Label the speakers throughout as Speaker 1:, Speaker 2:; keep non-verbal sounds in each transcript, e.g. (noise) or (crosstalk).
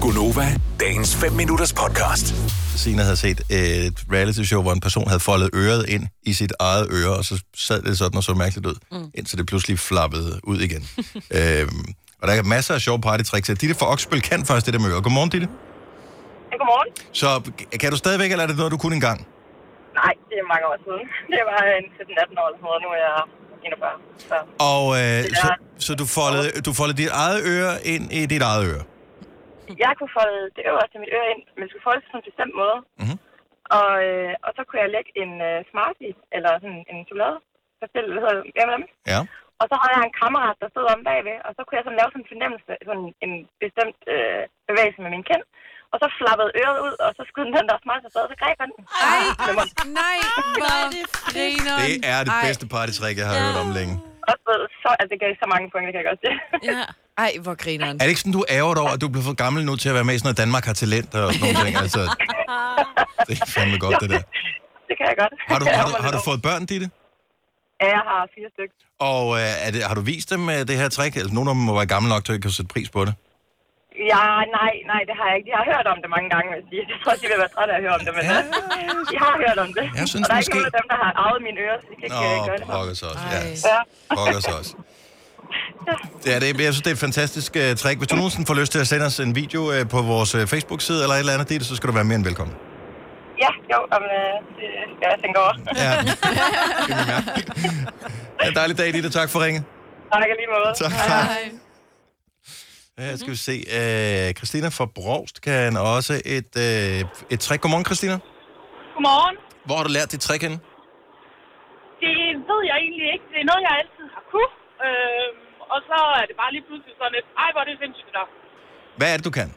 Speaker 1: Gunova, dagens 5 minutters podcast.
Speaker 2: Sina havde set øh, et reality-show, hvor en person havde foldet øret ind i sit eget øre, og så sad det sådan og så mærkeligt ud, mm. indtil det pludselig flappede ud igen. øhm, og der er masser af sjove partytricks. her. Ditte fra Oksbøl kan først det der med øret. Godmorgen, Ditte.
Speaker 3: Ja, Godmorgen.
Speaker 2: Så kan du stadigvæk, eller er det noget, du kunne engang?
Speaker 3: Nej, det er mange år siden. Det var øh, en 17-18 år eller sådan noget. Nu er jeg 41. Så
Speaker 2: Og øh, så, så du, foldede, du foldede dit eget øre ind i dit eget øre?
Speaker 3: jeg kunne folde det øverste af mit øre ind, men skulle folde det på en bestemt måde.
Speaker 2: Mhm.
Speaker 3: Og, øh, og så kunne jeg lægge en øh, Smartie, eller sådan en chokolade, pastel, eller hvad hedder det, M&M.
Speaker 2: Ja.
Speaker 3: Og så havde jeg en kammerat, der stod om bagved, og så kunne jeg sådan lave sådan en fornemmelse, sådan en bestemt øh, bevægelse med min kind. Og så flappede øret ud, og så skød den den der smart afsted, og så greb han den.
Speaker 4: Ej,
Speaker 3: Med munden.
Speaker 4: nej, hvor griner.
Speaker 2: Det er det bedste partytrick, jeg har hørt om længe.
Speaker 3: Og så, så altså, det gav så mange point, det kan jeg godt se.
Speaker 4: Ja. Ej, hvor grineren.
Speaker 2: Er det ikke sådan, du ærger dig over, at du bliver for gammel nu til at være med i sådan noget Danmark har talent og sådan nogle ting? (laughs) Altså, det er fandme godt, det der.
Speaker 3: (laughs) det kan jeg godt.
Speaker 2: Har du, har,
Speaker 3: Jeg
Speaker 2: du, har du
Speaker 3: var-
Speaker 2: fået børn, Ditte?
Speaker 3: (laughs) Ja, jeg har fire stykker.
Speaker 2: Og øh, er det, har du vist dem øh, det her trick? Altså, nogle af dem må være gamle nok til at kunne sætte pris på det.
Speaker 3: Ja, nej, nej, det har jeg ikke. De har hørt om det mange gange, vil jeg sige. Jeg tror, de vil være trætte af at høre om det, men
Speaker 2: Ja.
Speaker 3: ja. de har hørt om det.
Speaker 2: Jeg synes
Speaker 3: og der er
Speaker 2: måske-
Speaker 3: ikke nogen af dem, der har arvet mine ører, så de kan
Speaker 2: Nå,
Speaker 3: ikke øh, gøre det.
Speaker 2: pokker så også. Ja,
Speaker 4: Ej.
Speaker 3: Ja,
Speaker 2: pokker så
Speaker 3: (laughs)
Speaker 2: også. Ja, det, er- jeg synes, det er et fantastisk uh, trick. Hvis du nogensinde får lyst til at sende os en video uh, på vores uh, Facebook-side eller et eller andet, Ditte, så skal du være mere end velkommen.
Speaker 3: ja jo, om, øh, det skal jeg tænke over.
Speaker 2: Ja, det kan vi mærke. Ja, dejlig dag, Ditte. Tak for ringet.
Speaker 3: Tak i lige måde.
Speaker 2: Tak. Ja, skal vi se. Uh, Christina fra Brogst kan også et, uh, et trick. Godmorgen, Christina.
Speaker 3: Godmorgen.
Speaker 2: Hvor har du lært dit trick henne?
Speaker 3: Det ved jeg egentlig ikke. Det er noget, jeg altid har kunne. Øh, og så er det bare lige pludselig sådan et, ej, hvor er det sindssygt der.
Speaker 2: Hvad er det, du kan?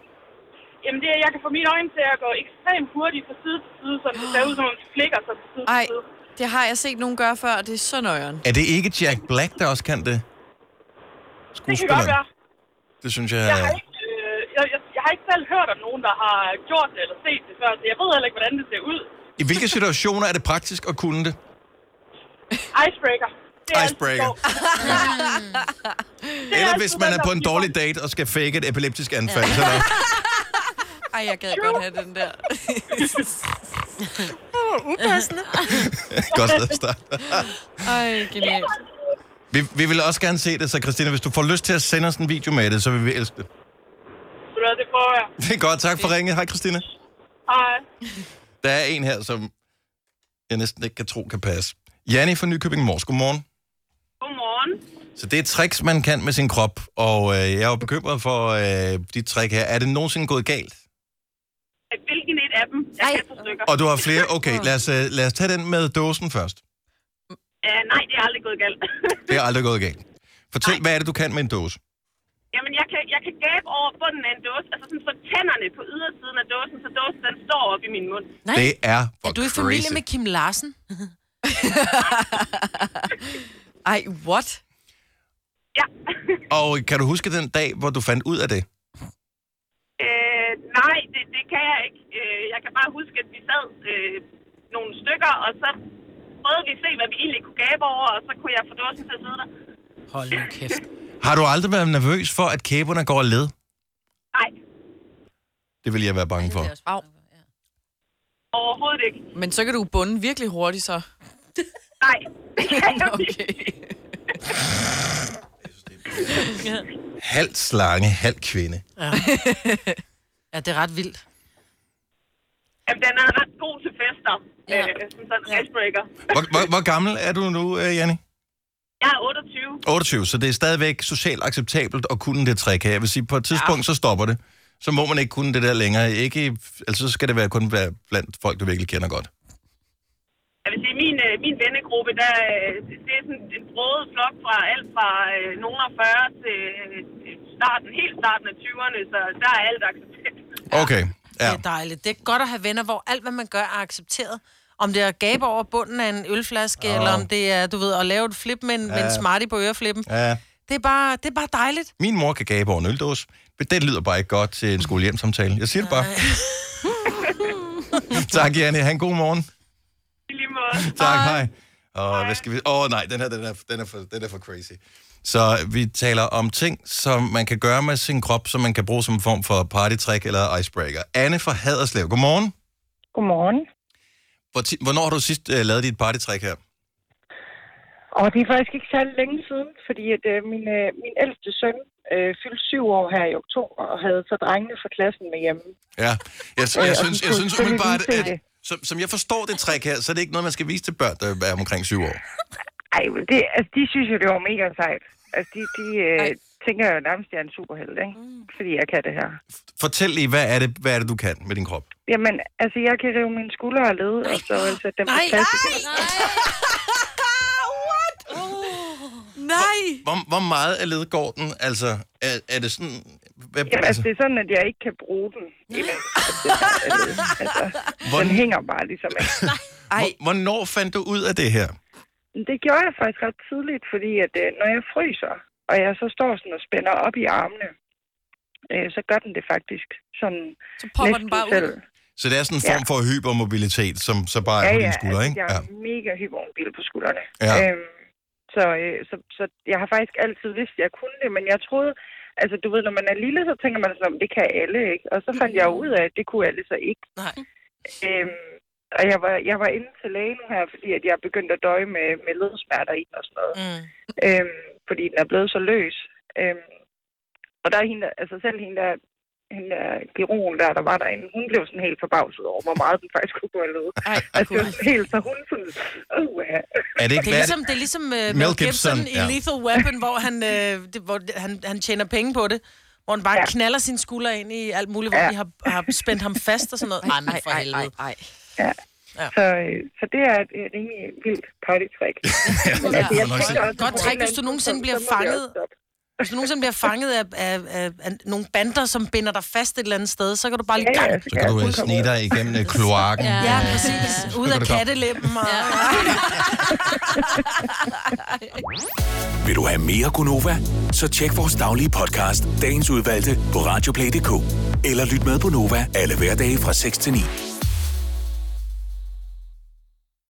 Speaker 3: Jamen det er, jeg kan få mine øjne til at gå ekstremt hurtigt fra side til side, så det ser ud som om de flikker sig fra side
Speaker 4: Ej, det har jeg set nogen gøre før, og det er så nøjeren.
Speaker 2: Er det ikke Jack Black, der også kan det? Det synes jeg...
Speaker 3: Jeg har, ikke, øh, jeg, jeg, jeg har ikke selv hørt om nogen, der har gjort det eller set det før, så jeg ved heller ikke, hvordan det ser ud.
Speaker 2: I hvilke situationer er det praktisk at kunne det?
Speaker 3: Icebreaker. Det altid
Speaker 2: Icebreaker.
Speaker 3: sjovt. Det
Speaker 2: (laughs) Eller
Speaker 3: altid
Speaker 2: hvis man
Speaker 3: den,
Speaker 2: er på
Speaker 3: der
Speaker 2: en
Speaker 3: bliver
Speaker 2: dårlig date og skal fake et epileptisk anfald. Så der,
Speaker 3: (laughs)
Speaker 4: Ej, jeg gad godt have den der.
Speaker 2: godt sted at starte.
Speaker 4: Ej, genialt.
Speaker 2: Vi, vi vil også gerne se det, så Christina, hvis du får lyst til at sende os en video med det, så vil vi elske det. (laughs)
Speaker 3: Ved du hvad, Det prøver jeg.
Speaker 2: Det er godt, tak for ringet. Hej Christina.
Speaker 3: Hej.
Speaker 2: Der er en her, som jeg næsten ikke kan tro kan passe. Janni fra Nykøbing Mors, godmorgen.
Speaker 3: Godmorgen.
Speaker 2: Så det er tricks, man kan med sin krop, og øh, jeg er jo bekymret for øh, dit trick her. Er det nogensinde gået galt?
Speaker 3: Hvilken et af dem? Jeg
Speaker 4: Ej.
Speaker 3: kan på stykker.
Speaker 2: Og du har flere? Okay, lad os, øh, lad os tage den med dåsen først.
Speaker 3: Uh, nej, det er aldrig gået galt. (laughs)
Speaker 2: Det er aldrig gået galt. Fortæl, hvad er det, du kan med en dåse?
Speaker 3: Jamen, jeg kan, jeg kan gabe over bunden af en dåse, altså sådan for tænderne på ydersiden af dåsen, så dåsen den står op i min mund.
Speaker 5: Nej.
Speaker 2: Det er for
Speaker 5: Er du i
Speaker 2: crazy.
Speaker 5: familie med Kim Larsen?
Speaker 4: (laughs) Ej, what?
Speaker 3: Ja. (laughs)
Speaker 2: Og kan du huske den dag, hvor du fandt ud af det?
Speaker 3: Øh, nej, det, det kan jeg ikke. Øh, jeg kan bare huske, at vi sad øh, nogle stykker, og så prøvede vi at se, hvad vi egentlig kunne gabe over, og så kunne jeg få dåsen til at sidde der.
Speaker 5: Hold nu kæft.
Speaker 2: Har du aldrig været nervøs for, at kæberne går af led?
Speaker 3: Nej,
Speaker 2: Det vil jeg være bange for.
Speaker 4: Au.
Speaker 3: overhovedet ikke.
Speaker 4: Men så kan du bunde virkelig hurtigt, så.
Speaker 3: Nej, det kan jeg ikke.
Speaker 4: Okay.
Speaker 2: Halv slange, halv kvinde.
Speaker 5: Ja, det er ret vildt.
Speaker 3: (laughs) Jamen, den er ret god til fester.
Speaker 5: Ja.
Speaker 3: Ja. Øh, som sådan en
Speaker 5: Ja.
Speaker 3: icebreaker.
Speaker 2: Hvor, hvor, hvor gammel er du nu, øh, Janni?
Speaker 3: Jeg er 28.
Speaker 2: 28, så det er stadigvæk socialt acceptabelt at kunne det trick her. Jeg vil sige, på et tidspunkt, så stopper det. Så må man ikke kunne det der længere. Ikke, i- altså, så skal det være kun være blandt folk, du virkelig kender godt.
Speaker 3: Jeg vil sige, min, øh, min vennegruppe, der, øh, det er sådan en brødet flok fra alt fra øh, nogen af 40 til øh, starten, helt starten af 20'erne, så der er alt accepteret.
Speaker 2: Okay,
Speaker 5: Ja.
Speaker 2: ja.
Speaker 5: Det er dejligt. Det er godt at have venner, hvor alt, hvad man gør, er accepteret. Om det er at gabe over bunden af en ølflaske, oh. eller om det er, du ved, at lave et flip med en, ja. med en smartie på øreflippen. Ja.
Speaker 2: ja.
Speaker 5: Det, er bare, det er bare dejligt.
Speaker 2: Min mor kan gabe over en øldåse, men det lyder bare ikke godt til en skolehjemsamtale. Jeg siger det bare. (laughs) tak, Janne. Ha' en god morgen.
Speaker 3: I lige måde.
Speaker 2: Tak, hej. Og hvad skal vi... Åh oh, nej, den her den er, den, er for, den er for crazy. Så vi taler om ting, som man kan gøre med sin krop, som man kan bruge som en form for partytrick eller icebreaker. Anne fra Haderslev, godmorgen.
Speaker 6: Godmorgen.
Speaker 2: Hvor ti- Hvornår har du sidst øh, lavet dit partytrick her?
Speaker 6: Og det er faktisk ikke særlig længe siden, fordi at, øh, min, øh, min ældste søn øh, fyldte syv år her i oktober, og havde så drengene fra klassen med hjemme.
Speaker 2: Ja, jeg,
Speaker 6: Øh,
Speaker 2: jeg, jeg
Speaker 6: og
Speaker 2: synes,
Speaker 6: de
Speaker 2: jeg
Speaker 6: skulle
Speaker 2: synes
Speaker 6: selvfølgelig
Speaker 2: umiddelbart,
Speaker 6: lige se
Speaker 2: at
Speaker 6: det.
Speaker 2: som, som jeg forstår det trick her, så er det ikke noget, man skal vise til børn, der er omkring syv år.
Speaker 6: Ej, men det, altså, de synes jo, det var mega sejt. Altså, de, de øh,
Speaker 4: Ej.
Speaker 6: tænker jo nærmest, at jeg er en superhelt, ikke? Mm. Fordi jeg kan det her.
Speaker 2: Fortæl lige, hvad er, det, hvad er det, du kan med din krop?
Speaker 6: Jamen, altså, jeg kan rive mine skuldre og led, og så altså, dem på
Speaker 5: Nej,
Speaker 6: plads
Speaker 5: nej,
Speaker 6: igen.
Speaker 5: (laughs)
Speaker 4: Uh. Nej!
Speaker 2: Hvor, hvor meget af led går den? Altså, er, er det sådan... Hvad,
Speaker 6: Jamen, altså,
Speaker 2: altså,
Speaker 6: det er sådan, at jeg ikke kan bruge den. Jamen, altså, den, er- altså, altså, den
Speaker 2: hvor,
Speaker 6: hænger bare ligesom ikke.
Speaker 4: Ej,
Speaker 2: hvor, hvornår fandt du ud af det her?
Speaker 6: Men Det gjorde jeg faktisk ret tidligt, fordi at, øh, når jeg fryser, og jeg så står sådan og spænder op i armene, øh, så gør den det faktisk. Sådan
Speaker 4: så popper
Speaker 6: næsten
Speaker 4: den bare
Speaker 6: selv.
Speaker 4: ud.
Speaker 2: Så det er sådan en form for hypermobilitet, som så bare er på dine skuldre,
Speaker 6: altså,
Speaker 2: ikke?
Speaker 6: jeg
Speaker 2: Ja.
Speaker 6: er mega hypermobil på skuldrene.
Speaker 2: Ja.
Speaker 6: Øhm, så, øh, så, så jeg har faktisk altid vidst, at jeg kunne det, men jeg troede, altså du ved, når man er lille, så tænker man sådan, "Nå, men det kan alle, ikke? Og så fandt jeg jo ud af, at det kunne alle så ikke.
Speaker 5: Mm. Nej.
Speaker 6: Øhm, og jeg var, jeg var inde til lægen her, fordi at jeg begyndte at døje med, med ledsmerter i den og sådan noget.
Speaker 5: Mm.
Speaker 6: øhm, fordi den er blevet så løs. Øhm, og der er hende, der- altså selv hende der, hende der kirurgen der, der var derinde, hun blev sådan helt forbavset over, hvor meget den faktisk kunne gå af led.
Speaker 4: Ej,
Speaker 6: Altså, det
Speaker 4: gud.
Speaker 6: var sådan helt, så hun sådan,
Speaker 2: Er
Speaker 6: uh,
Speaker 2: det ikke,
Speaker 5: Det er
Speaker 2: hvad, (laughs)
Speaker 5: ligesom, det er ligesom uh, Mel Gibson, Gibson i
Speaker 2: ja.
Speaker 5: Lethal Weapon, hvor, han, uh, det, hvor han, han tjener penge på det. Hvor han bare ja.
Speaker 6: Ja.
Speaker 5: knaller sine skuldre ind i alt muligt, hvor
Speaker 6: Ja.
Speaker 5: de har, har spændt ham fast og sådan noget. Ej, men for helvede.
Speaker 4: ej.
Speaker 6: så, øh, så det er et, et rimelig vildt partytrick. Men altså, jeg
Speaker 2: Godt
Speaker 6: tænker også,
Speaker 5: Godt
Speaker 6: på et
Speaker 5: trick,
Speaker 6: eller
Speaker 5: hvis du
Speaker 6: andet
Speaker 5: nogensinde
Speaker 6: tidspunkt,
Speaker 5: bliver
Speaker 6: så må det
Speaker 5: fanget.
Speaker 6: også stoppe.
Speaker 5: Hvis du nogensinde bliver fanget af, af, af, af nogle bander, som binder dig fast et eller andet sted, så kan du bare lige...
Speaker 6: Ja,
Speaker 5: Ja,
Speaker 6: ja,
Speaker 5: ja.
Speaker 2: så kan du øh, snige dig igennem øh, kloakken.
Speaker 7: Ja.
Speaker 5: ja
Speaker 2: Øh,
Speaker 5: præcis. Ud
Speaker 2: kan
Speaker 5: af
Speaker 2: du godt.
Speaker 5: kattelemmen. Og...
Speaker 1: Vil du have mere Gunova? Så tjek vores daglige podcast, dagens udvalgte, på radioplay.dk. Eller lyt med på Nova alle hverdage fra 6 til 9.